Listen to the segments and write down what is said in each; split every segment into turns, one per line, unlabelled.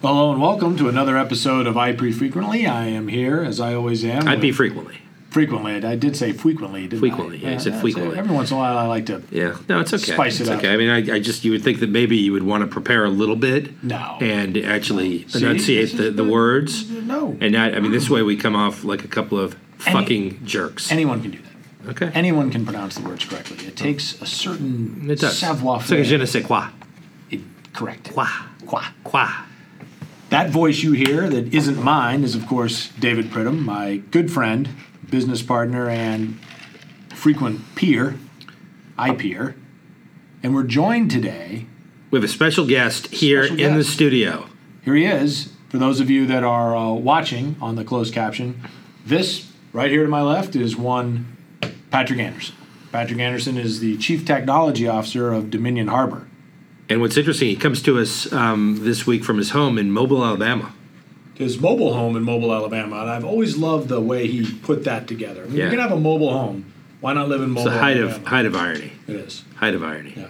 Hello and welcome to another episode of I Pre Frequently. I am here as I always am.
I'd be
with-
frequently.
frequently. I did say frequently, didn't
Frequently,
I?
yeah, you said
that's it.
frequently.
Every once in a while, I like to.
Yeah. No, it's okay.
Spice it
it's
up.
okay. I mean, I, I just you would think that maybe you would want to prepare a little bit.
No.
And actually
See?
enunciate the, the words.
No.
And not, I mean, this way we come off like a couple of fucking jerks.
Anyone can do that.
okay.
Anyone can pronounce the words correctly. It takes a certain
it does.
savoir
It's like a je ne sais quoi.
It- Correct.
Quoi.
Qua.
Quoi.
That voice you hear that isn't mine is, of course, David Pridham, my good friend, business partner, and frequent peer, I peer. And we're joined today.
We have a special guest here
Special
in the
guest.
studio.
Here he is. For those of you that are uh, watching on the closed caption, this right here to my left is one Patrick Anderson. Patrick Anderson is the Chief Technology Officer of Dominion Harbor.
And what's interesting, he comes to us um, this week from his home in Mobile, Alabama.
his mobile home in Mobile, Alabama, and I've always loved the way he put that together. I mean,
Yeah.
You can have a mobile home. Why not live in
It's
Mobile?
the height of
Alabama?
height of irony.
it is.
Height of irony.
Yeah.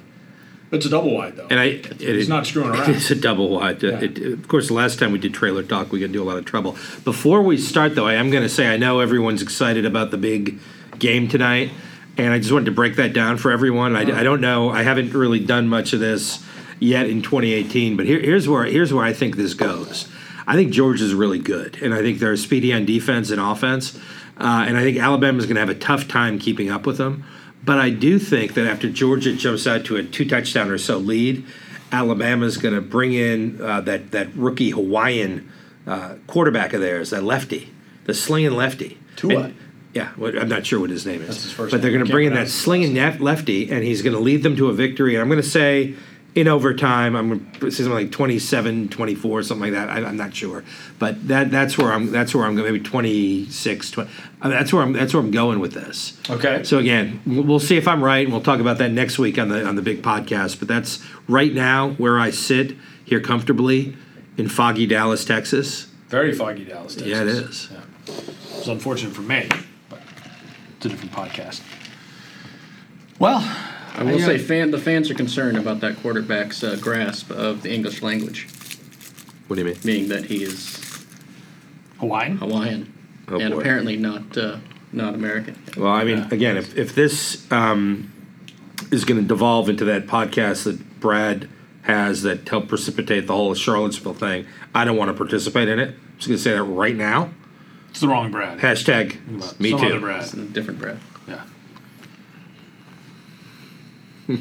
It's a double wide though.
And I, it,
He's not screwing around.
It's a double wide. It- it- of course, the last time we did trailer talk, we got into a lot of trouble. Before we start, though, I am going to say I know everyone's excited about the big game tonight, and I just wanted to break that down for everyone. I, I don't know. I haven't really done much of this yet in 2018, but here, here's where here's where I think this goes. I think Georgia's really good, and I think they're speedy on defense and offense, uh, and I think Alabama's going to have a tough time keeping up with them. But I do think that after Georgia jumps out to a two touchdown or so lead, Alabama's going to bring in uh, that that rookie Hawaiian uh, quarterback of theirs, that lefty, the slinging lefty.
Tua.
And- yeah, what, I'm not sure what his name is.
That's his first
but they're
name.
going to
Can't
bring in that
pronounce his
slinging nef- lefty, and he's going to lead them to a victory. And I'm going to say in overtime, I'm going to say something like 27, 24, something like that. I, I'm not sure, but that that's where I'm. That's where I'm going. Maybe 26, 20. I mean, that's where I'm. That's where I'm going with this.
Okay.
So again, we'll we'll see if I'm right, and we'll talk about that next week on the on the big podcast. But that's right now where I sit here comfortably in foggy Dallas, Texas.
Very foggy Dallas, Texas.
Yeah, it is.
Yeah. It's unfortunate for me, but it's a different podcast. Well,
I will
Yeah.
say, fan the fans are concerned about that quarterback's uh, grasp of the English language,
What do you mean?
meaning that he is
Hawaiian.
Hawaiian
Oh,
and
boy.
apparently not uh, not American.
Well, I mean, again, if, if this um, is going to devolve into that podcast that Brad has that helped precipitate the whole Charlottesville thing, I don't want to participate in it. I'm just going to say that right now.
It's the wrong Brad.
Hashtag me
Some
too.
Other Brad.
It's a different bread.
Yeah. Hmm.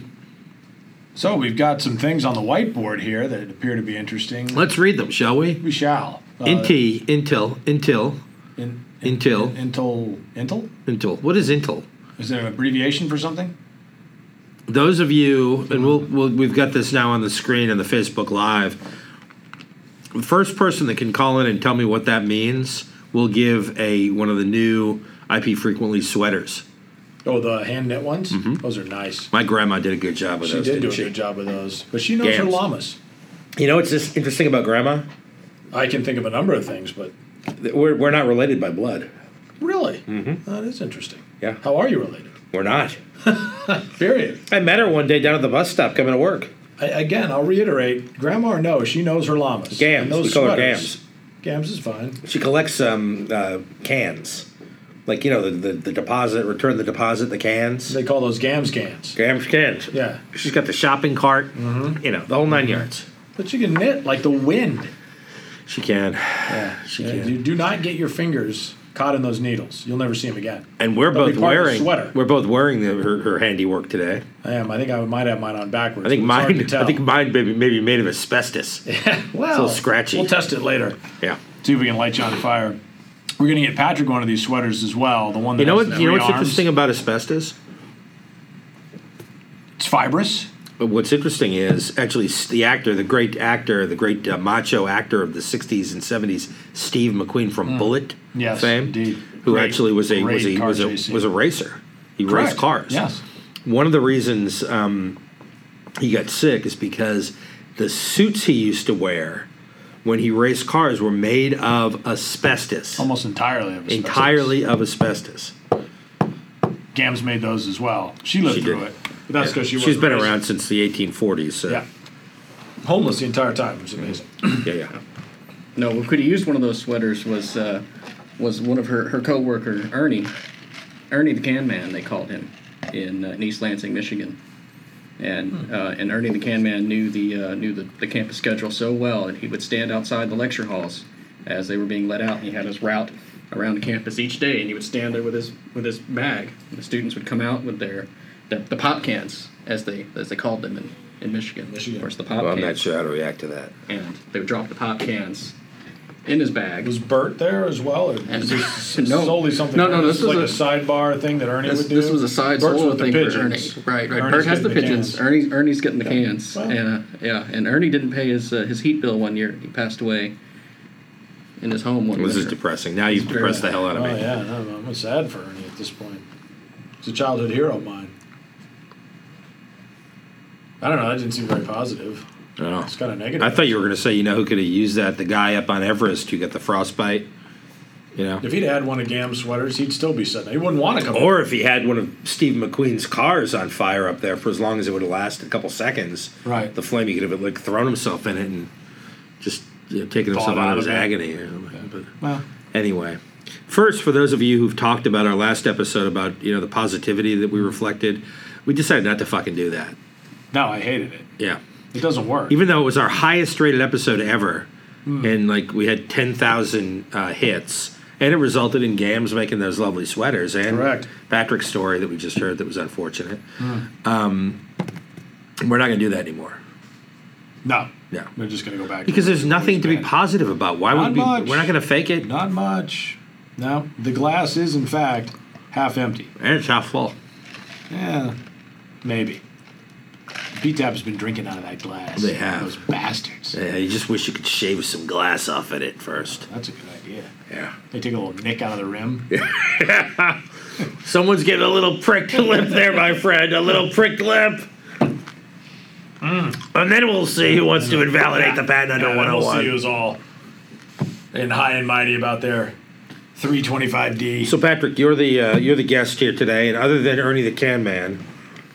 So we've got some things on the whiteboard here that appear to be interesting.
Let's read them, shall we?
We shall. Uh,
Inti, Intel, Intel,
in-
Intel.
Intel. Intel?
Intel. What is Intel?
Is there an abbreviation for something?
those of you and we'll, we'll we've got this now on the screen in the facebook live the first person that can call in and tell me what that means will give a one of the new ip frequently sweaters
Oh, the hand knit ones.
Mm-hmm.
Those are nice.
my grandma did a good job with
She
those
did do
didn't
a
she?
good job with those, but she knows her
Gams.
llamas.
you know what's just interesting about grandma
I can think of a number of things, but
That we're, we're not related by blood
really, That is interesting.
Mm-hmm. Yeah.
How are you related?
we're not
Period.
i met her one day down at the bus stop coming to work
I, again, I'll reiterate: Grandma or no, she knows her llamas.
Gams.
And those
We call her
sweaters- Gams is fine.
she collects um uh, cans like you know the, the the deposit return the deposit the cans
They call those gams gams.
Grams cans.
Yeah.
She's got the shopping cart,
Mm-hmm.
you know, the whole 9 yards.
But you can knit like the wind.
She can.
Yeah,
she
Yeah,
can.
You do not get your fingers caught in those needles. You'll never see them again.
And we're
That'll be
both
part of the
wearing
sweater.
we're both wearing the, her, her handiwork today.
I am. I think I might have mine on backwards.
I think
but it's hard
mine
to
I think
tell.
mine maybe maybe made of asbestos.
well,
little scratchy.
We'll test it later.
yeah.
See if we can light you on fire. We're gonna get Patrick one of these sweaters as well. The one that
You know
has
what you know
three
what's
arms.
interesting about asbestos?
It's fibrous.
What's interesting is actually s- the actor, the great actor, the great uh, macho actor of the '60s and '70s, Steve McQueen from Bullet
Mm. Yes,
fame,
indeed.
who
Great-
actually was a was
great
a
car
was a,
chasing.
was a racer. He
Correct.
raced cars.
Yes.
one of the reasons um, he got sick is because the suits he used to wear when he raced cars were made of asbestos,
Oh
Almost entirely of asbestos.
entirely of asbestos.
Gams made those as well. She lived
She
through
did.
it. But that's because she
She's
wasn't
been
raised-
around since the 1840s. So.
Yeah. Homeless the entire time. It was amazing.
yeah, yeah.
No, what could have used one of those sweaters was uh, was one of her her coworker Ernie, Ernie the Can Man. They called him in, uh, in East Lansing, Michigan, and uh, and Ernie the Can Man knew the uh, knew the, the campus schedule so well, and he would stand outside the lecture halls as they were being let out, and he had his route around the campus each day, and he would stand there with his with his bag. And the students would come out with their the, the pop cans as they as they called them in, in Michigan. Michigan. Of course, the pop
Well, I'm not
cans
sure how to react to that.
and they would drop the pop cans in his bag.
Was Bert there as well, or was this
No.
solely something?
No, no, this
like
was
a, sidebar thing that Ernie
this,
would do.
this was a side
Bert's
solo
with the
thing for Ernie.
pigeons.
Right, right.
Ernie's
Bert has the
getting
pigeons.
cans.
Ernie, Ernie's getting the cans.
Wow.
And uh, yeah, and Ernie didn't pay his uh, his heat bill one year. He passed away in his home one
This is
winter.
depressing. Now you've depressed the hell out of
Oh
me.
yeah, no, I'm, I'm sad for Ernie at this point. He's a childhood hero of mine. I don't know. That didn't seem very positive.
I know.
It's kind of negative.
I thought you were going to say, you know, who could have used that? The guy up on Everest who got the frostbite. You know,
If he'd had one of Gam's sweaters, he'd still be sitting. there. He wouldn't want to come.
or if he had one of Steve McQueen's cars on fire up there for as long as it would last a couple seconds,
Right.
The flame, he could have like thrown himself in it and just you know, taken himself
Thawed
out
out
of his
of it.
agony. or something. But-
Well,
Anyway, first, for those of you who've talked about our last episode about you know the positivity that we reflected, we decided not to fucking do that.
no, I hated it.
Yeah,
It doesn't work.
even though it was our highest rated episode ever, and like we had ten thousand uh, hits, and it resulted in Gams making those lovely sweaters and
Correct.
Patrick's story that we just heard that was unfortunate. Um, we're not going to do that anymore.
no.
No.
We're just going to go back.
Because there's nothing to be
bad.
positive about. Why
Not
would we?
much.
We're not going to fake it.
Not much. No. The glass is, in fact, half empty.
And it's half full.
Yeah, maybe. B-Tap's been drinking out of that glass.
They have.
Those bastards.
Yeah, you just wish you could shave some glass off at it first.
That's a good idea.
Yeah.
They take a little nick out of the rim.
Someone's getting a little pricked lip there, my friend. A little pricked lip. And then we'll see who wants to invalidate the patent under oh
Yeah, then we'll see who's all and high and mighty about their 325D.
So, Patrick, you're the uh, you're the guest here today, and other than Ernie the Can Man,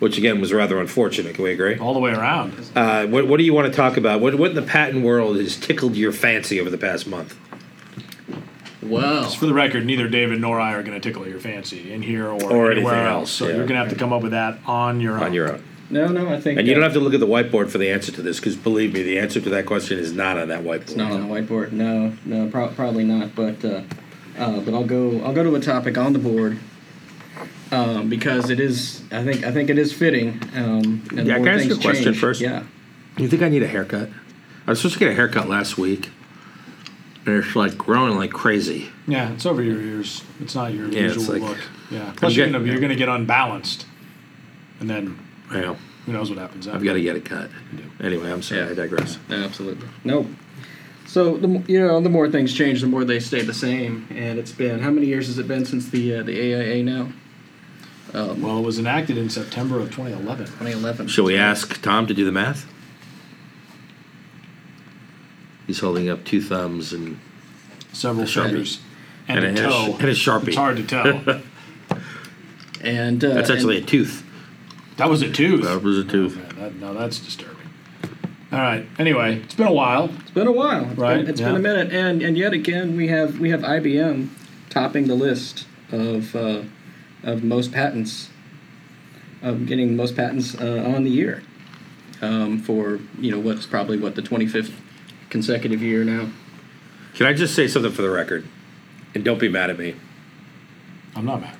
which again was rather unfortunate, can we agree?
All the way around.
Uh, what, what do you want to talk about? What, what in the patent world has tickled your fancy over the past month?
Wow.
For the record, neither David nor I are going to tickle your fancy in here or,
Or anything
anywhere
else,
else. So
yeah.
you're going to have to come up with that on your own.
On your own,
No, no, I think
and you
uh,
don't have to look at the whiteboard for the answer to this, because believe me, the answer to that question is not on that whiteboard.
It's not on the whiteboard. No, no, pro- probably not. But uh, uh, but I'll go. I'll go to a topic on the board um, because it is. I think. I think it is fitting. Um, and the
Yeah,
more
can I ask
things
you a question
change-
first?
Yeah.
You think I need a haircut? I was supposed to get a haircut last week, and it's like growing like crazy.
Yeah, it's over your ears. It's not your
Yeah, it's
usual
like-
look. Yeah. Plus, you're
get-
going to you're going to get unbalanced, and then
I know.
who knows what happens after.
I've got to get it cut. Anyway, I'm sorry.
Yeah.
I digress.
Absolutely. Nope. So the m- you know the more things change, the more they stay the same. And it's been how many years has it been since the uh, the AIA now?
well, it was enacted in September of 2011.
2011.
Shall we ask Tom to do the math? He's holding up two thumbs and
Several
Sharpie.
fingers and,
and
a
a-
toe.
and a Sharpie.
It's hard to tell.
And uh,
that's actually a tooth.
that was a tooth.
That was a tooth.
Yeah, that, no, that's disturbing. All right. Anyway, it's been a while.
It's been a while, It's been-
Right,
it's
yeah.
been a minute, and and yet again we have we have IBM topping the list of uh, of most patents, of getting the most patents uh, on the year, um, for you know what's probably what the twenty fifth consecutive year now.
Can I just say something for the record? And don't be mad at me.
I'm not mad.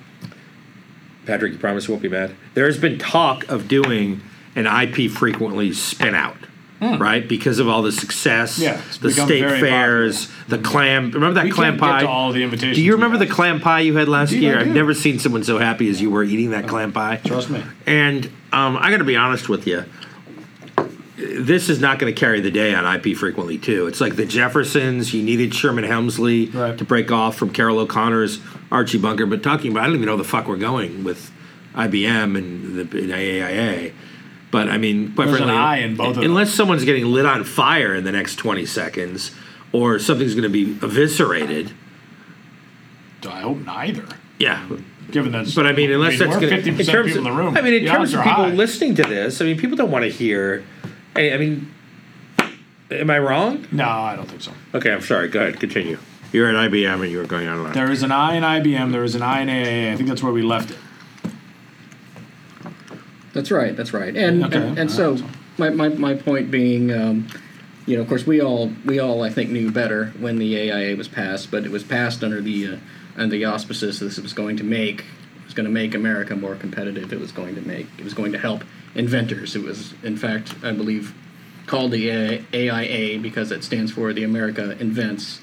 Patrick, you promise you won't be mad. There has been talk of doing an IP frequently spin out, right? Because of all the success,
Hmm. Yeah, it's
the
become
state
very
fairs, the clam. Remember that
We
clam
can't get
pie?
to all the invitations
do you
we
remember the
got.
clam pie you had last
Indeed,
year?
I
I've
do.
never seen someone so happy as you were eating that clam pie.
Trust me.
And um, I got to be honest with you. This is not going to carry the day on IP frequently too. It's like the Jeffersons. You needed Sherman Helmsley
Right.
to break off from Carol O'Connor's Archie Bunker. But talking about, I don't even know the fuck we're going with IBM and the and AIA. But I mean, quite
There's an
frankly,
I in both of them.
unless someone's getting lit on fire in the next twenty seconds, or something's going to be eviscerated.
I hope neither.
Yeah,
Given that,
But I mean, unless that's
we're
going
50% people in the room.
I mean, in
the
terms
odds
of
are
people
high.
listening to this, I mean, people don't want to hear. I, I mean, Am I wrong?
No, I don't think so.
Okay, I'm sorry. Go ahead. Continue. You're at IBM and you were going online.
There is an I in IBM. There is an I in AAA. I think that's where we left it.
That's right. That's right. And
Okay.
and, and so my, my, my point being, um, you know, of course we all we all I think knew better when the AIA was passed, but it was passed under the uh, under the auspices that this was going to make it was going to make America more competitive. It was going to make it was going to help inventors. It was in fact I believe called the A- AIA because it stands for the America Invents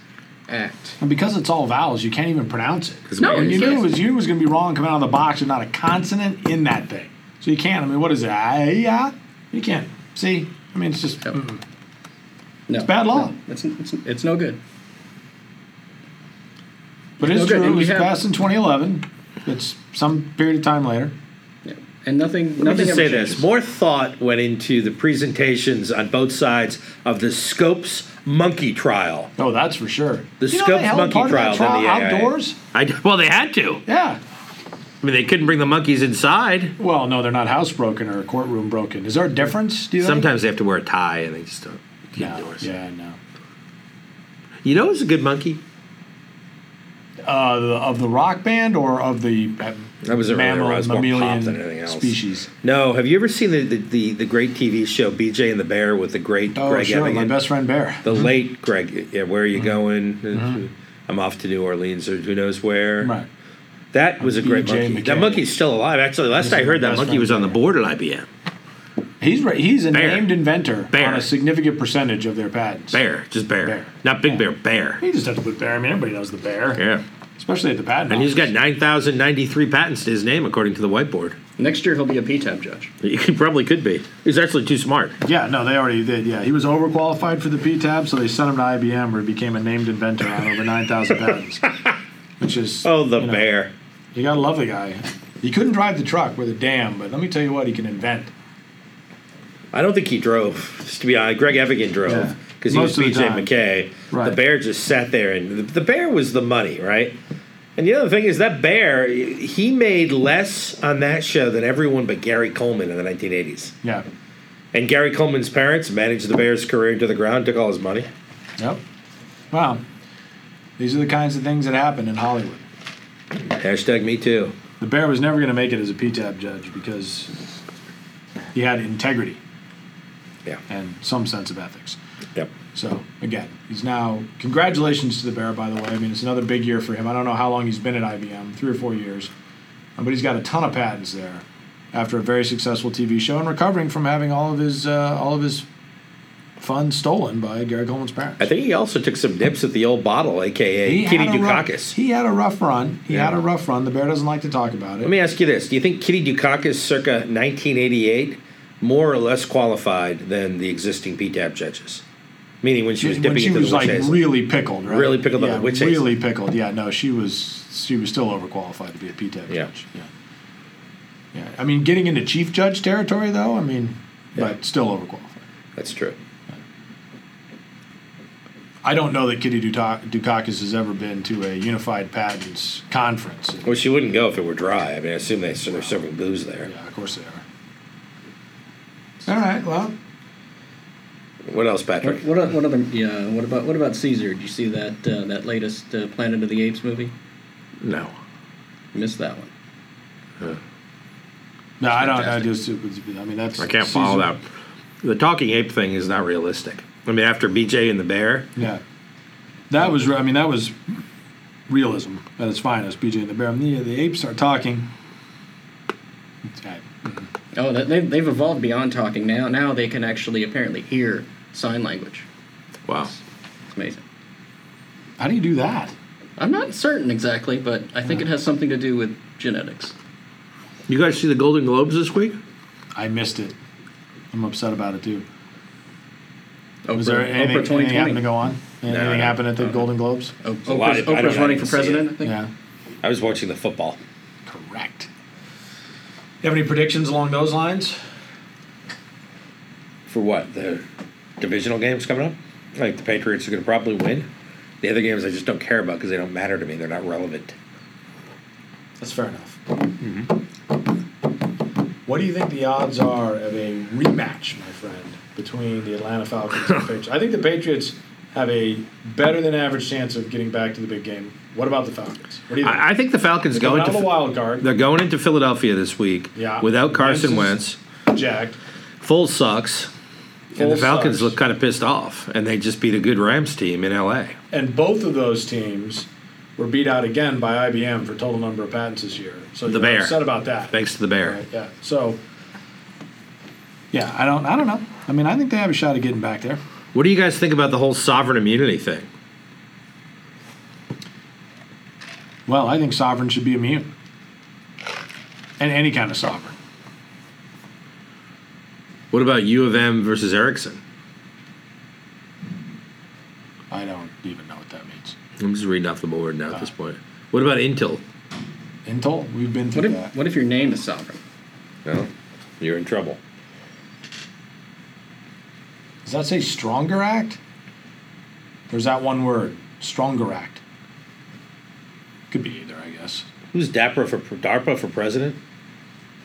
Act.
And because it's all vowels, you can't even pronounce it.
It's weird.
And you
it's-
knew it was you knew it was going to be wrong coming out of the box and not a consonant in that thing. So you can't. I mean, what is it? I, yeah, you can't. See, I mean, it's just mm.
No,
it's bad law.
no, it's, it's it's no good.
But it's
Okay,
true. It
and we
was
have-
passed in 2011. It's some period of time later.
Yeah. And nothing.
Let me
nothing
just
ever
say this:
changes.
more thought went into the presentations on both sides of the Scopes monkey trial.
Oh, that's for sure.
The
You know they
Scopes
held
monkey
part of that
trial, than the AIA.
outdoors.
I, well, they had to.
Yeah.
I mean, they couldn't bring the monkeys inside.
Well, no, they're not housebroken or courtroom broken. Is there a difference? Do you think?
Sometimes they have to wear a tie, and they just don't.
No.
indoors.
Yeah, no.
You know, who's a good monkey?
Uh, the, of the rock band or of the uh,
That was earlier,
mammal
I was more pop
mammalian
than anything else.
species?
No. Have you ever seen the the, the, the great TV show BJ and the Bear with the great
Oh,
Greg
sure, my
Evigan?
best Mm-hmm. friend bear.
the late Greg? Yeah, where are you going? I'm off to New Orleans or who knows where.
Mm-hmm. Right.
That was a great
B.J.
monkey.
McKay.
That monkey's still alive. Actually, last I
is
heard,
my
that
best
monkey
friend
was on the
Bear.
board at IBM.
He's right. He's a
Bear.
named inventor
Bear.
on a significant percentage of their patents.
Bear, just bear,
Bear.
not big
Yeah.
bear, bear.
You just have to put bear. I mean, everybody knows the bear,
Yeah,
especially at the patent.
and he's got
office.
nine thousand ninety-three patents to his name, according to the whiteboard.
Next year he'll be a PTAB judge.
He probably could be. He's actually too smart.
Yeah, no, they already did. Yeah, he was overqualified for the PTAB, so they sent him to IBM, where he became a named inventor on over nine thousand patents. Which is
Oh, the
you know,
bear.
You gotta love the guy. He couldn't drive the truck with a dam, but let me tell you what, he can invent.
I don't think he drove. Just to be honest, Greg Evigan
Yeah.
drove because
Most
he
of
was
the
BJ
time.
McKay.
Right.
The bear just sat there, and the, the bear was the money, right? And the other thing is that bear, he made less on that show than everyone but Gary Coleman in the nineteen eighties.
Yeah.
And Gary Coleman's parents managed the Bears' career into the ground, took all his money.
Yep. Wow. These are the kinds of things that happen in Hollywood.
Hashtag me too.
The bear was never going to make it as a PTAB judge because he had integrity
Yeah.
and some sense of ethics.
Yep.
So again, he's now. Congratulations to the bear, by the way. I mean, it's another big year for him. I don't know how long he's been at IBM, three or four years, Uh, but he's got a ton of patents there. After a very successful TV show and recovering from having all of his uh, all of his funds stolen by Gary Coleman's parents.
I think he also took some dips at the old bottle, aka Kitty
had a rough-
Dukakis.
he had a rough run. He
Yeah.
had a rough run. The bear doesn't like to talk about it.
Let me ask you this: Do you think Kitty Dukakis, circa 1988, more or less qualified than the existing PTAB judges? Meaning when she was dipping
when she
into
was
the witch
like
hazel.
really pickled, right?
Really pickled on
yeah,
the witch hazel.
Really pickled. Yeah, no, she was she was still overqualified to be a PTAB
Yeah.
judge. Yeah. Yeah. I mean, getting into chief judge territory though, I mean, but still overqualified.
That's true.
I don't know that Kitty Dutak- Dukakis has ever been to a unified patents conference.
Well, she wouldn't go if it were dry. I mean, I assume they so there's several booze there.
Yeah, of course they are. All right. Well,
What else, Patrick?
What, what, o- what other? Yeah. What about what about Caesar? Did you see that uh, that latest uh, Planet of the Apes movie?
No.
Missed that one.
no, I don't. I just. It was, I mean, that's.
I can't follow
Caesar-
that. The talking ape thing is not realistic. I mean, after BJ and the bear,
Yeah, that was. re- I mean, that was realism at its finest. BJ and the Bear. I mean, the, the apes are talking. Okay.
Oh, that, they've they've evolved beyond talking now. Now they can actually apparently hear sign language.
wow.
It's amazing.
How do you do that?
I'm not certain exactly, but I think it has something to do with genetics.
You guys see the Golden Globes this week?
I missed it. I'm upset about it too.
Oprah,
Was there anything, anything
Oprah
happened to
2020.
go on? Anything
no.
happened at the Golden Globes?
O-
a lot of-
Oprah's,
I don't-
Oprah's
I
running for
didn't see it.
president. I think.
Yeah,
I was watching the football.
correct.
You have any predictions along those lines?
For what? The divisional games coming up? Like the Patriots are going to probably win. The other games I just don't care about because they don't matter to me. They're not relevant.
That's fair enough. Mm-hmm. What do you think the odds are of a rematch, my friend,
between the Atlanta Falcons and the Patriots. I think the Patriots have a better than average chance of getting back to the big game. What about the Falcons? What do you think?
I, I think the Falcons
Going
going
out
to
of the wild card,
they're going into Philadelphia this week
Yeah.
without Carson
Wentz
Wentz.
jacked.
Full sucks. and
Full
the Falcons
sucks.
look kind of pissed off, and they just beat a good Rams team in LA.
and both of those teams were beat out again by IBM for total number of patents this year. So
The
you're
Bear.
upset about that.
Thanks to the Bear.
Right, yeah. So
Yeah, I don't. I don't know. I mean, I think they have a shot at getting back there.
What do you guys think about the whole sovereign immunity thing?
Well, I think sovereign should be immune, and any kind of sovereign.
What about U of M versus Erickson?
I don't even know what that means.
I'm just reading off the board now at
Ah.
this point. What about Intel?
Intel, we've been through
What if,
that.
what if your name is sovereign?
No, you're in trouble.
Does that say stronger act? Or is that one word? Stronger act. Could be either, I guess.
Who's DARPA for DARPA for president?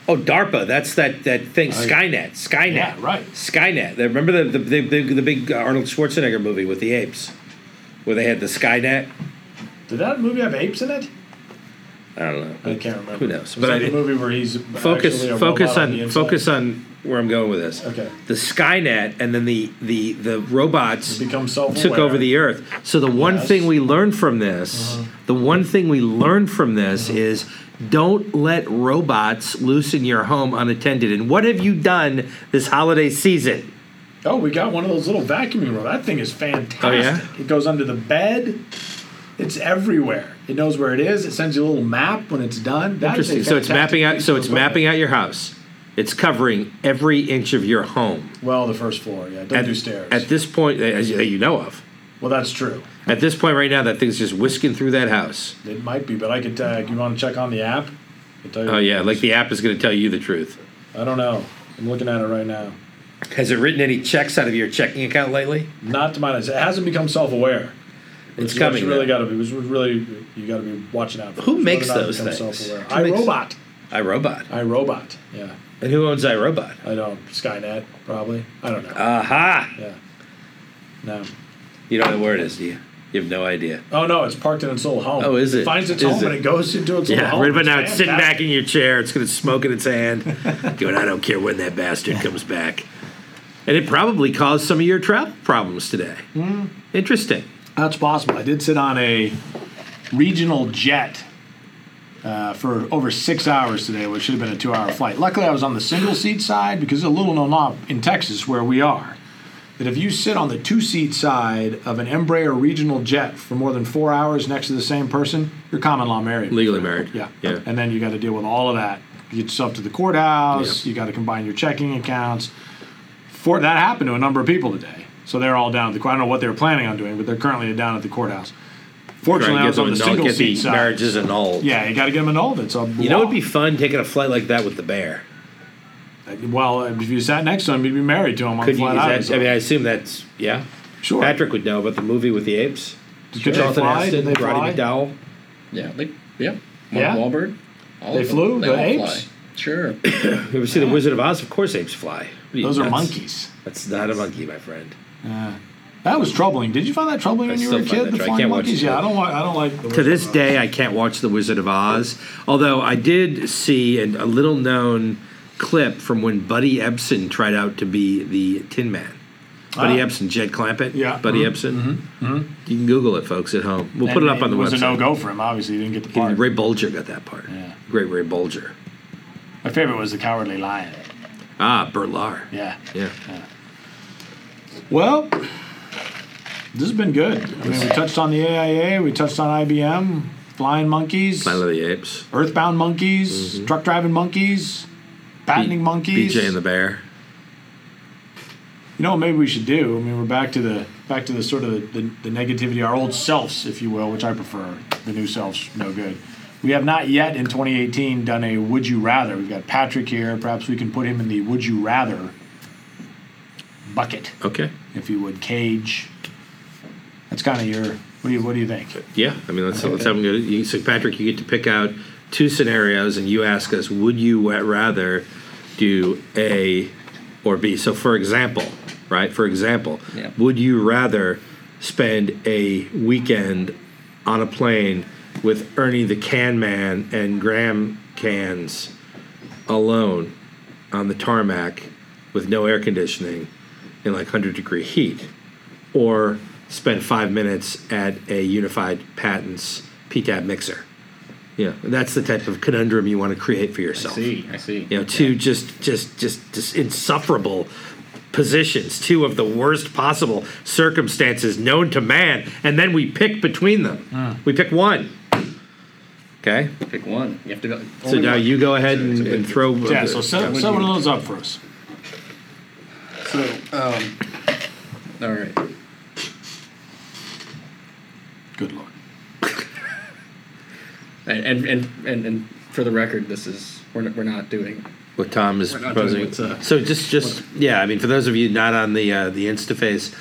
Oh, DARPA. That's that that thing.
Oh, yeah.
Skynet. Skynet.
Yeah, right.
Skynet. They- Remember the the, the, the the big Arnold Schwarzenegger movie with the apes, where they had the Skynet.
did that movie have apes in it?
I don't know.
I can't remember.
Who knows?
But
But I
the
did-
movie where he's
Focus.
actually a
Focus
robot
on,
the inside?
focus on where I'm going with this.
Okay.
The Skynet, and then the the the robots
Become self-aware.
took over the earth. So the one
Yes. Uh-huh.
thing we learn from this, the one thing we learn from this is don't let robots loose in your home unattended. And what have you done this holiday season?
Oh, we got one of those little vacuuming robots. That thing is fantastic.
Oh, yeah?
It goes under the bed. It's everywhere. It knows where it is. It sends you a little map when it's done. That is a
Interesting. So it's
fantastic
mapping out
piece
so
of
it's
equipment.
mapping out your house. It's covering every inch of your home.
Well, the first floor, yeah. Don't
At,
do stairs.
at this point as you- you know of.
well, that's true.
At this point right now that thing's just whisking through that house.
It might be, but I could tag. You want to check on the app? I can tell you
Oh yeah, like the app is going to tell you the truth.
I don't know. I'm looking at it right now.
Has it written any checks out of your checking account lately?
Not to my knowledge, it hasn't become self-aware. That's
It's
what
coming.
You really got
though.
to be. which is Really, you got to be watching out. For
Who
It's
makes
whether or not it
those
becomes
things?
self-aware.
Who makes-
iRobot.
iRobot.
iRobot. Yeah.
And who owns iRobot?
I don't. Skynet probably. I don't know.
Aha!
yeah. No.
You don't know where it is, do you? You have no idea.
Oh no, it's parked in its little home.
Oh, is it?
It finds its
Is
home
it?
and it goes into its little
Yeah,
Oh,
home.
right about now it's sitting back
fantastic.
in your chair. It's going to smoke in its hand. going, I don't care when that bastard comes back. And it probably caused some of your travel problems today.
Hmm.
Interesting.
That's possible. I did sit on a regional jet uh, for over six hours today, which should have been a two hour flight. Luckily, I was on the single seat side because it's a little known law in Texas where we are that if you sit on the two seat side of an Embraer regional jet for more than four hours next to the same person, you're common law married.
Legally married.
Yeah.
Yeah.
And then you got to deal with all of that. You get yourself to the courthouse. You got to combine your checking accounts. For that happened to a number of people today, so they're all down at the. court. I don't know what they were planning on doing, but they're currently down at the courthouse. Fortunately, I was on the single
get the
seat side.
marriages annulled.
Yeah, you got to get them annulled. It's a
You know, it'd be fun taking a flight like that with the bear.
well if you sat next to him, you'd be married to him on
Could you?
flat
Is that,
out.
I mean, I assume that's yeah.
sure.
Patrick would know about the movie with the apes.
Did they
Jonathan
fly?
Aston,
Did they
Roddy
fly?
McDowell.
Yeah. They, yeah. Mark
Yeah.
Wahlberg. All
They
of them.
flew? The
all fly.
apes?
Sure.
You ever see the Wizard of Oz? Of course, apes fly. What you
Those are
nuts?
monkeys.
That's not a monkey, my friend.
That was troubling. Did you find that troubling
I
when you
still
were a
find
kid?
that
The
troubling. I
flying
can't watch
monkeys.
it.
Yeah, I don't like. I don't like. the-
To this day, I can't watch The Wizard of Oz. Although I did see an, a little known clip from when Buddy Ebsen tried out to be the Tin Man. Buddy
Ah.
Ebsen, Jed Clampett.
Yeah. mm-hmm,
Buddy Ebsen. You can Google it, folks, at home. We'll put it up on the
It was
website.
a no go for him. Obviously, he didn't get the part.
Ray Bolger got that part.
Yeah.
Great Ray Bolger.
My favorite was the Cowardly Lion.
Ah, Bert Lahr.
Yeah.
Yeah.
Well, this has been good. I mean, we touched on the AIA, we touched on IBM, flying monkeys,
Planet of the Apes.
earthbound monkeys,
Mm-hmm.
truck driving monkeys, patenting monkeys.
BJ and the Bear.
you know what maybe we should do? I mean, we're back to the back to the sort of the, the, the negativity, our old selves, if you will, which I prefer. The new selves, no good. We have not yet in 2018 done a would you rather. We've got Patrick here. Perhaps we can put him in the would you rather bucket.
Okay.
if you would, Cage. That's kind of your. What do you What do you think?
Yeah, I mean, let's, let's have them go. To, you, so, Patrick, you get to pick out two scenarios, and you ask us, would you wa- rather do A or B? So, for example, right? For example,
Yeah.
would you rather spend a weekend on a plane with Ernie the Can Man and Graham Cans alone on the tarmac with no air conditioning in like 100 degree heat? Or spend five minutes at a unified patents PTAB mixer? Yeah, that's the type of conundrum you want to create for
I
yourself
see. I see.
you know two just just just just insufferable positions two of the worst possible circumstances known to man and then we pick between them
Hmm.
we pick one okay
Pick one. You have to go.
so now you go ahead and, and throw
Yeah, so set, set one of those up for us.
So, um, all right.
Good lord.
And and, and, and and for the record, this is we're not, we're not doing.
what tom is
We're not doing
proposing
what's, uh,
so just just yeah i mean for those of you not on the uh, the instaface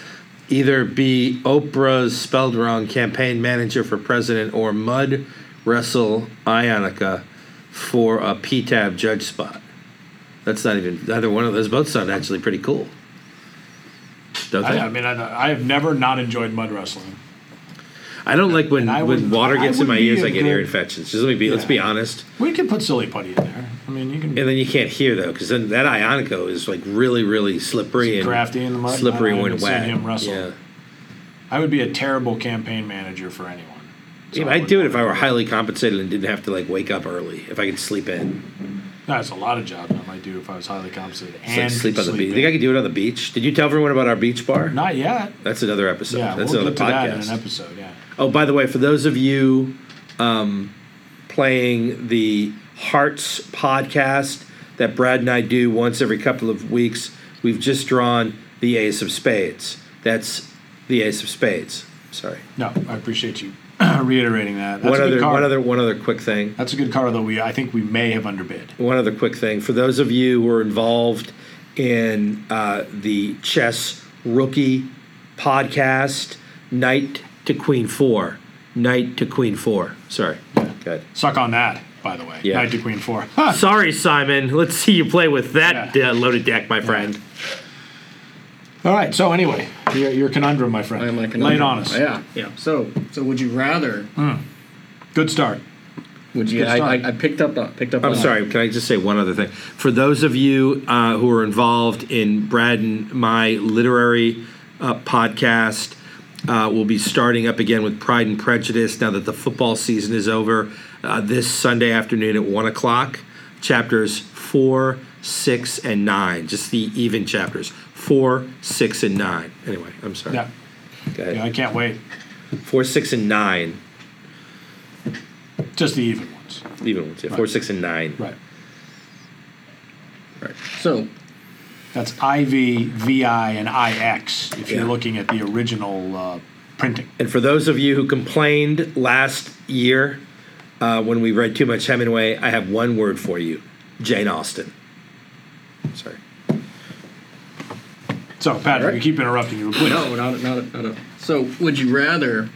either be oprah's spelled wrong campaign manager for president or mud wrestle ionica for a ptab judge spot that's not even either one of those both sound actually pretty cool don't
I,
they?
I mean, I, I have never not enjoyed mud wrestling.
I don't like when,
and I
when
would-
water
I
gets in
would
my
be
ears.
a
I get ear
good-
infections. Just let me be. Let's
Yeah.
be honest.
We could put silly putty in there. I mean, you can.
And then you can't hear though, because then that Ionico is like really, really slippery and
crafty in the mud.
Slippery
I haven't
when
seen
wet.
him wrestle.
Yeah.
I would be a terrible campaign manager for anyone. So
Yeah,
I
I'd
would-
do it if I were highly compensated and didn't have to like wake up early. If I could sleep in,
That's a lot of jobs I might do if I was highly compensated.
It's
And
like sleep on the beach.
in.
You think I could do it on the beach? Did you tell everyone about our beach bar?
Not yet.
That's another episode.
Yeah,
That's
we'll
another
get to that in
podcast.
an episode. Yeah.
oh, by the way, for those of you um, playing the Hearts podcast that Brad and I do once every couple of weeks, we've just drawn the Ace of Spades. That's the Ace of Spades. Sorry.
No, I appreciate you reiterating that. That's
one
a good
other,
card.
one other, one other quick thing.
That's a good card, though. We I think we may have underbid.
One other quick thing for those of you who are involved in uh, the chess rookie podcast, Knight to Queen Four, Knight to Queen Four. Sorry, good.
Suck on that, by the way.
Yeah.
Knight to Queen Four.
Sorry, Simon. Let's see you play with that
Yeah.
uh, loaded deck, my friend.
All right. So anyway, your, your conundrum, my friend.
I am like
Lay it on us.
Yeah. Yeah. So so would you rather?
Good start.
Would you?
Good
I,
start.
I, I picked up on- picked up.
I'm
on that.
sorry. Can I just say one other thing? For those of you uh, who are involved in Brad and my literary uh, podcast, uh, we'll be starting up again with Pride and Prejudice now that the football season is over uh, this Sunday afternoon at one o'clock. Chapters four, six, and nine. Just the even chapters. Four, six, and nine. Anyway, I'm sorry.
Yeah.
Go
yeah.
ahead.
I can't wait.
Four, six, and nine.
Just the even ones.
Even ones. Yeah, Four, six, and nine.
Right.
Right. So
That's IV, VI, and IX. If
Yeah.
you're looking at the original uh, printing.
And for those of you who complained last year uh, when we read too much Hemingway, I have one word for you Jane Austen. Sorry.
So Patrick,
All right.
we keep interrupting you. Please.
no, not not not. So would you rather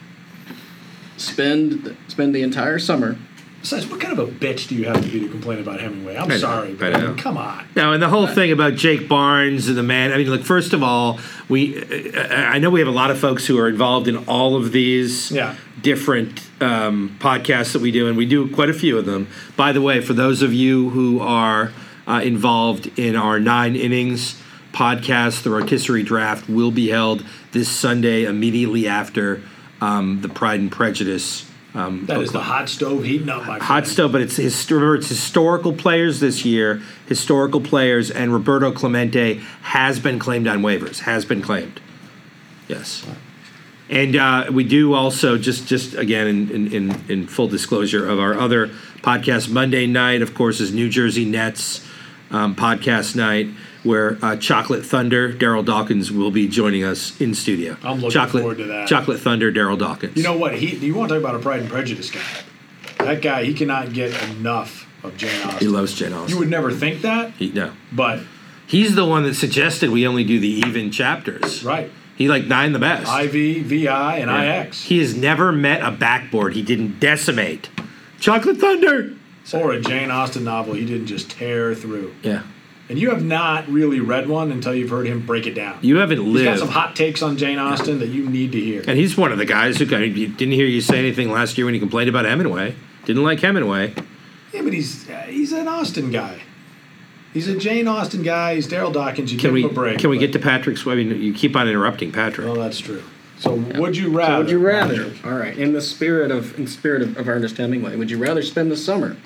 spend spend the entire summer?
Besides, what kind of a bitch do you have to be to complain about Hemingway? I'm
know,
sorry,
I
but
know.
come on.
Now, and the whole thing about Jake Barnes and the man, I mean, look, first of all, we, uh, I know we have a lot of folks who are involved in all of these
Yeah.
different um, podcasts that we do, and we do quite a few of them. By the way, for those of you who are uh, involved in our nine innings podcast, the rotisserie draft will be held this Sunday immediately after um, the Pride and Prejudice. Um,
That is the hot stove heating up my
Hot
friend.
stove, but it's his, remember it's historical players this year. Historical players, and Roberto Clemente has been claimed on waivers. Has been claimed. Yes, and uh, we do also just just again in, in, in, in full disclosure of our other podcast Monday night, of course, is New Jersey Nets um, podcast night where uh, Chocolate Thunder Daryl Dawkins will be joining us in studio.
I'm looking
Chocolate,
forward to that.
Chocolate Thunder Daryl Dawkins.
You know what? He you want to talk about a Pride and Prejudice guy? That guy, he cannot get enough of Jane Austen.
he loves Jane Austen.
you would never think that,
He- no.
but
He's the one that suggested we only do the even chapters.
right,
He like nine the best.
IV, VI, and
Yeah.
IX,
He has never met a backboard he didn't decimate. Chocolate Thunder.
or a Jane Austen novel he didn't just tear through.
Yeah.
and you have not really read one until you've heard him break it down.
You haven't
He's got
lived.
some hot takes on Jane Austen that you need to hear.
And he's one of the guys who kind of, you didn't hear you say anything last year when you complained about Hemingway. Didn't like Hemingway.
Yeah, but he's uh, he's an Austen guy. He's a Jane Austen guy. He's Daryl Dawkins. You
Can
give
we
him a break.
can we
but- Oh.
get to Patrick's? I mean, you keep on interrupting Patrick.
Well, that's true. So would you rather?
So would you rather? All right. In the spirit of in spirit of, of Ernest Hemingway, would you rather spend the summer?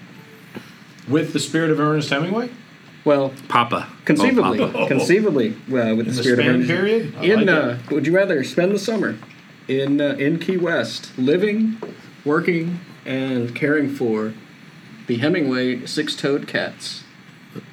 with the spirit of Ernest Hemingway
Well,
Papa.
conceivably,
Oh, Papa.
conceivably, uh, with the,
in the
spirit of
Spanish
Ernest.
period? I
In
like it.
uh, would you rather spend the summer in uh, in Key West, living, working, and caring for the Hemingway six-toed cats?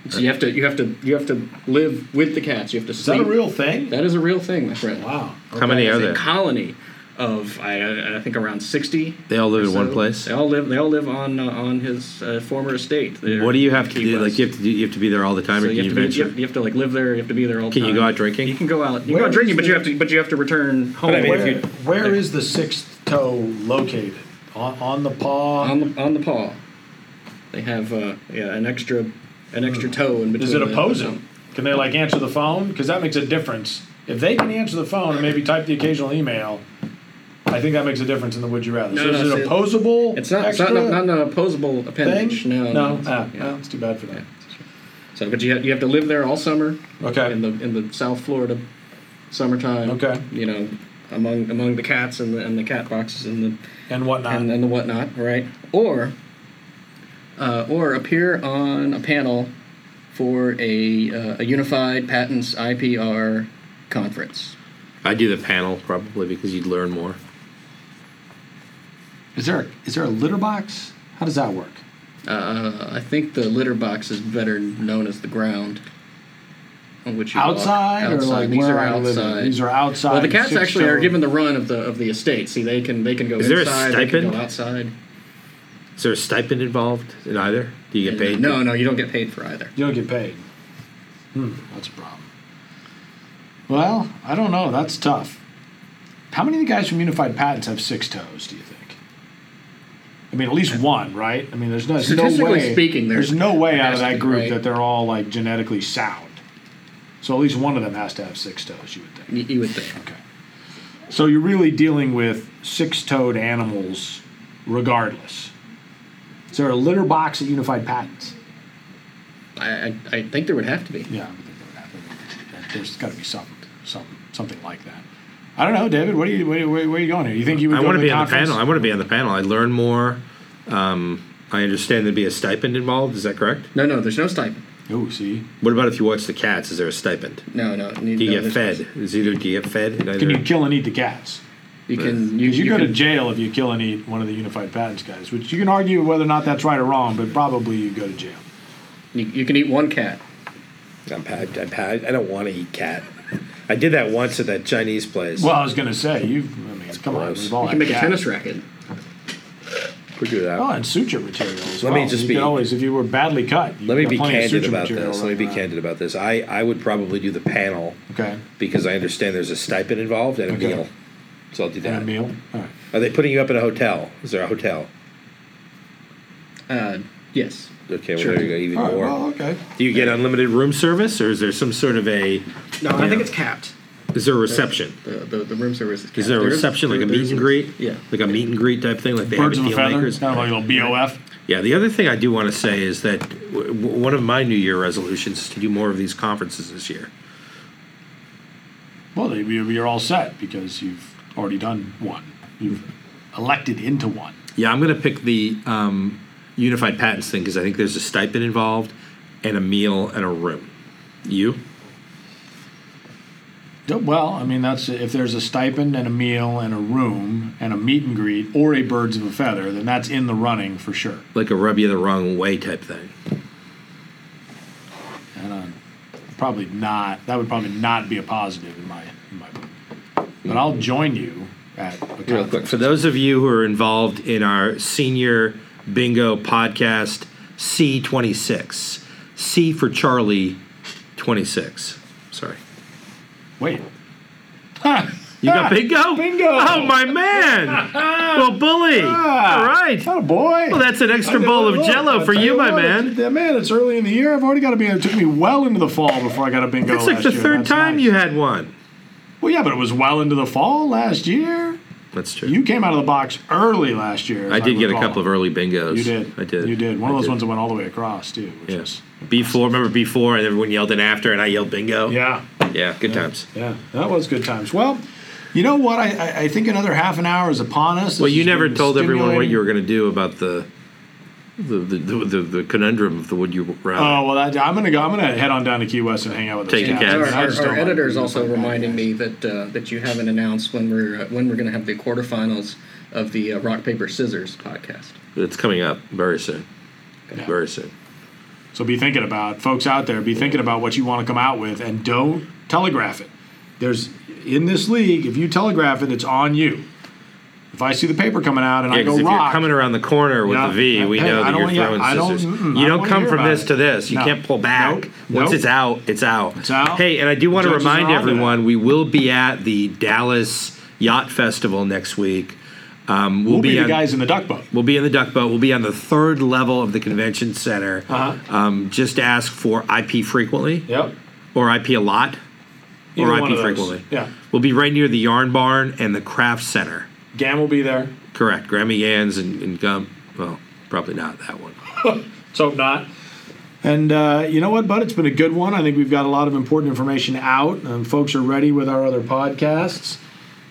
So you have to you have to you have to live with the cats. You have to
is that
sleep.
a real thing?
That is a real thing, my friend.
wow.
How many
It's
are
a
there?
colony of I, I think around sixty.
They all live in one
So
place.
They all live. They all live on uh, on his uh, former estate. there
What do you have to
in Key
do?
West.
Like you have to do, you have to be there all the time,
So
or
you
can
have,
you
to be, you,
venture?
have, you have to like live there. You have to be there all the
Can
time.
you go out drinking?
You can go out. You can
Where
go out
is
drinking, but you
the-
have to but you have to return home.
I mean, if
where,
you-
where is the sixth toe located? On, on the paw?
on the on the paw. They have uh, yeah an extra an extra toe in between.
Does it
the-
oppose him? Can they like answer the phone? Because that makes a difference. If they can answer the phone and maybe type the occasional email, I think that makes a difference in the would you rather.
No,
so
no,
is
see,
it opposable?
It's not. It's not,
extra
not an opposable
thing?
appendage. No.
no,
it's-
ah,
yeah.
well, it's too bad for that.
ah.
So, but you have, you have to live there all summer.
Okay.
In the in the South Florida summertime.
Okay.
You know, among among the cats and the and the cat boxes and the
And whatnot.
and, and the whatnot, right? Or, uh, or appear on a panel for a, uh, a unified patents IPR conference.
I do the panel probably because you'd learn more.
Is there a, is there a litter box? How does that work?
Uh, I think the litter box is better known as the ground. On which you walk.
Outside, or like
These
where
are
I live?
outside.
These are outside.
well, the cats actually are
six-toed-
given the run of the of the estate. See, they can they can go
Is there a
inside. They can
stipend?
go outside.
Is there a stipend involved in either? Do you get paid?
No, no, you don't get paid for either.
You don't get paid.
Hmm, That's a problem. Well, I don't know. That's tough. How many of the guys from Unified Patents have six toes? Do you think? I mean, at least one, right? I mean, there's no, there's no
Statistically
way.
speaking, there's-
there's, no way
there
out
has
of
to
that
be,
group
right?
that they're all like genetically sound. So at least one of them has to have six toes. You would think.
You, you would think.
Okay. So you're really dealing with six-toed animals, regardless. Is there a litter box at Unified Patents?
I, I, I think there would have to be.
Yeah, I would think that would happen. There's got to be something, some, something like that. I don't know, David. What are you, where, where, where are you going here? You think you would
I
go
want to
the
be on the
conference?
panel. I want to be on the panel. I learn more. Um, I understand there'd be a stipend involved. Is that correct?
No, no, there's no stipend.
Oh, see,
What about if you watch the cats? Is there a stipend?
No, no. You,
Do you
no,
get
there's-
fed? Is either do you get fed? in
can
either-
you kill and eat the cats?
You can. You,
Because you,
you
go to
can-
jail if you kill and eat one of the Unified Patents guys, which you can argue whether or not that's right or wrong, but probably you go to jail.
You, you can eat one cat.
I'm packed. I'm packed. I don't want to eat cat. I did that once at that Chinese place.
Well, I was going to say, you. I mean, come on,
gross.
we've all
You
had
can make a
cats.
tennis racket.
we do that.
Oh, and suture material as
Let me
well.
just
you
be-
could always, if you were badly cut, you
Let me
got
be
plenty of
candid
suture
about
material
this. Let me be
running
candid about this. I, I would probably do the panel
around. Okay,
because I understand there's a stipend involved and a
Okay.
meal. So I'll do
and a
that.
meal. All right.
Are they putting you up in a hotel? Is there a hotel?
Uh, yes.
Okay, well,
Sure.
there you go. Even
All right.
more.
Well, okay.
do you get unlimited room service, or is there some sort of a?
No,
Yeah.
I think it's capped.
Is there a reception?
The, the, the room service is capped.
Is there a reception like a
there
meet
is
and greet?
Yeah.
like a meet and greet type thing, like they
Birds
have at
of a
Deal
feather,
Makers?
kind of like a little BOF.
Yeah, the other thing I do want to say is that w- w- one of my New Year resolutions is to do more of these conferences this year.
Well, then you- you're all set because you've already done one. You've elected into one.
Yeah, I'm going to pick the um, unified patents thing because I think there's a stipend involved and a meal and a room. You?
D- Well, I mean, that's if there's a stipend and a meal and a room and a meet and greet or a birds of a feather, then that's in the running for sure.
Like a rub you the wrong way type thing.
And uh, probably not. That would probably not be a positive in my in my book. But I'll join you at a
Real
conference.
quick. For those of you who are involved in our senior bingo podcast, C26. C for Charlie 26. Sorry.
Wait.
You got bingo?
Ah, Bingo.
Oh, my man. well, bully. All right.
Oh boy.
Well, that's an extra bowl of jello for you, my man.
Yeah, man, it's early in the year. I've already got a bingo. It took me well into the fall before I got a bingo.
That's like
last
the
year.
third
That's
time
nice.
you had one.
Well, yeah, but it was well into the fall last year.
That's true.
You came out of the box early last year.
I did get a couple of early bingos.
You did.
I did.
You did. One
I
of those ones that went all the way across too. Which
Yes.
Was,
Before, remember before, and everyone yelled in after, and I yelled bingo.
yeah.
Yeah. Good times.
Yeah. That was good times. Well, you know what? I, I, I think another half an hour is upon us.
Well, you never told everyone what you were going to do about the the the, the, the, the conundrum of the would you rather.
Oh well, that, I'm gonna go. I'm gonna head on down to Key West and hang out with those
Take the
guys.
cats.
I
Our,
just
our,
don't
our
wanna
editor is
be
also
with them.
reminding me that uh, that you haven't announced when we're uh, when we're going to have the quarterfinals of the uh, rock paper scissors podcast.
It's coming up very soon. Very soon.
So be thinking about folks out there. Be thinking about what you want to come out with, and don't telegraph it. There's in this league, if you telegraph it, it's on you. If I see the paper coming out and
Yeah,
I go
because if you're
rock,
coming around the corner with
Yeah.
the V, we
Hey,
know
I
that
don't
you're
wanna-
throwing
I don't-
scissors.
mm-mm, I
you
don't
don't
wanna
come
hear
from
about
this
it.
to this. You
No.
can't pull back.
Nope.
Once
Nope.
it's out, it's out.
It's out.
Hey, and I do want to
Judges are
remind
onto that.
everyone we will be at the Dallas Yacht Festival next week. Um, we'll,
we'll be, the
on,
guys in the duck boat.
We'll be in the duck boat. We'll be on the third level of the convention center.
Uh-huh.
Um, just ask for IP frequently
Yep.
or IP a lot
Either
or IP
one of those.
frequently.
Yeah.
We'll be right near the Yarn Barn and the Craft Center.
Gam will be there.
Correct. Grammy Gans and, and Gump. Well, probably not that one.
Let's hope not. And uh, you know what, bud? It's been a good one. I think we've got a lot of important information out. Um, folks are ready with our other podcasts.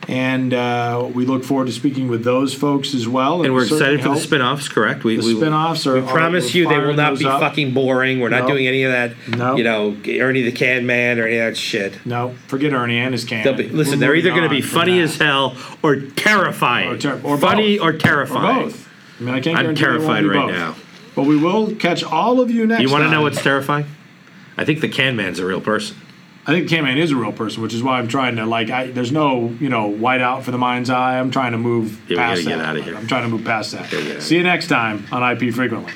And uh, we look forward to speaking with those folks as well.
And we're
certainly
excited for the
help.
spin-offs, correct? We,
The
we
spin-offs are.
promise
are-
you they
we're
will not
firing
be
those up.
fucking boring. We're not
No.
doing any of that,
No.
you know, Ernie the Can Man or any of that shit.
No, forget Ernie and his can.
They'll be, listen, they're either going to be funny as hell or terrifying.
Or ter- or
funny
both.
or terrifying.
both. I mean, I can't.
I'm
guarantee they won't
terrified
be
right
both.
now.
But we will catch all of you next.
You want to
time.
know what's terrifying? I think the Can Man's a real person.
I think Can Man is a real person, which is why I'm trying to like. I, there's no you know white out for the mind's eye. I'm trying to move
we gotta
past
get
that.
outta here.
I'm trying to move past that.
we gotta-
See you next time on IP frequently.